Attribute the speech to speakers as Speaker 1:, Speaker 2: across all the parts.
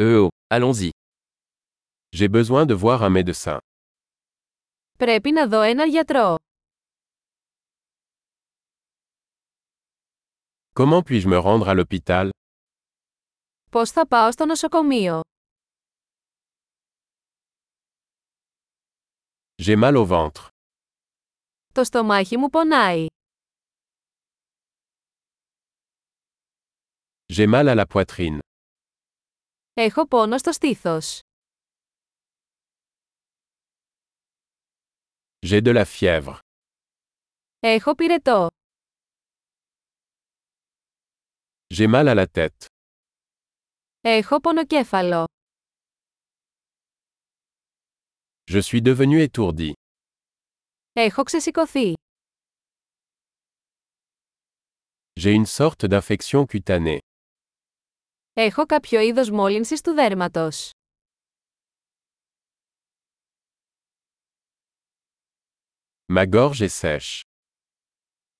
Speaker 1: Euh oh, allons-y.
Speaker 2: J'ai besoin de voir un médecin.
Speaker 3: Πρέπει να δω ένα γιατρό.
Speaker 2: Comment puis-je me rendre à l'hôpital
Speaker 3: Πώς θα πάω στο νοσοκομείο.
Speaker 2: J'ai mal au ventre.
Speaker 3: Το στομάχι μου πονάει.
Speaker 2: J'ai mal à la poitrine.
Speaker 3: Έχω πόνο στο στήθος.
Speaker 2: J'ai de la fièvre.
Speaker 3: Έχω πυρετό.
Speaker 2: J'ai mal à la tête.
Speaker 3: Έχω πονοκέφαλο.
Speaker 2: Je suis devenu étourdi.
Speaker 3: Έχω ξεσηκωθεί.
Speaker 2: J'ai une sorte d'infection cutanée.
Speaker 3: Έχω κάποιο είδος μόλυνσης του δέρματος.
Speaker 2: Ma gorge est sèche.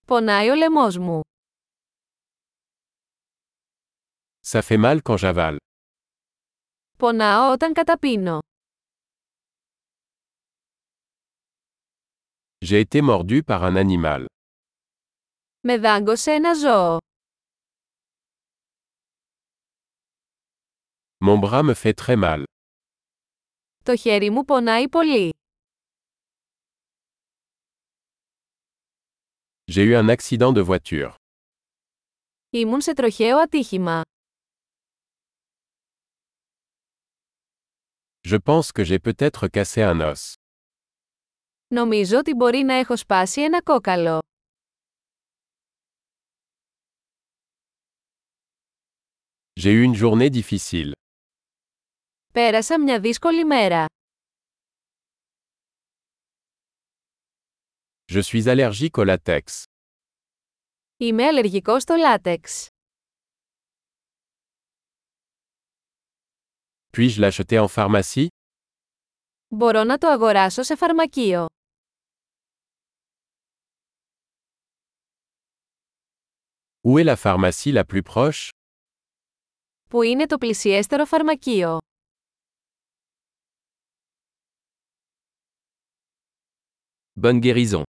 Speaker 3: Πονάει ο λαιμός μου.
Speaker 2: Ça fait mal quand j'avale.
Speaker 3: Πονάω όταν καταπίνω.
Speaker 2: J'ai été mordu par un animal.
Speaker 3: Με δάγκωσε ένα ζώο.
Speaker 2: Mon bras me fait très mal.
Speaker 3: Το χέρι μου πονάει πολύ.
Speaker 2: J'ai eu un accident de voiture.
Speaker 3: Ήμουν σε τροχαίο ατύχημα.
Speaker 2: Je pense que j'ai peut-être cassé un os.
Speaker 3: Νομίζω ότι μπορεί να έχω σπάσει ένα κόκαλο.
Speaker 2: J'ai eu une journée difficile.
Speaker 3: Πέρασα μια δύσκολη μέρα.
Speaker 2: Je suis allergique au latex.
Speaker 3: Είμαι αλλεργικό στο λάτεξ.
Speaker 2: Puis-je l'acheter en pharmacie
Speaker 3: Μπορώ να το αγοράσω σε φαρμακείο.
Speaker 2: Où est la pharmacie la plus proche
Speaker 3: Πού είναι το πλησιέστερο φαρμακείο.
Speaker 1: Bonne guérison.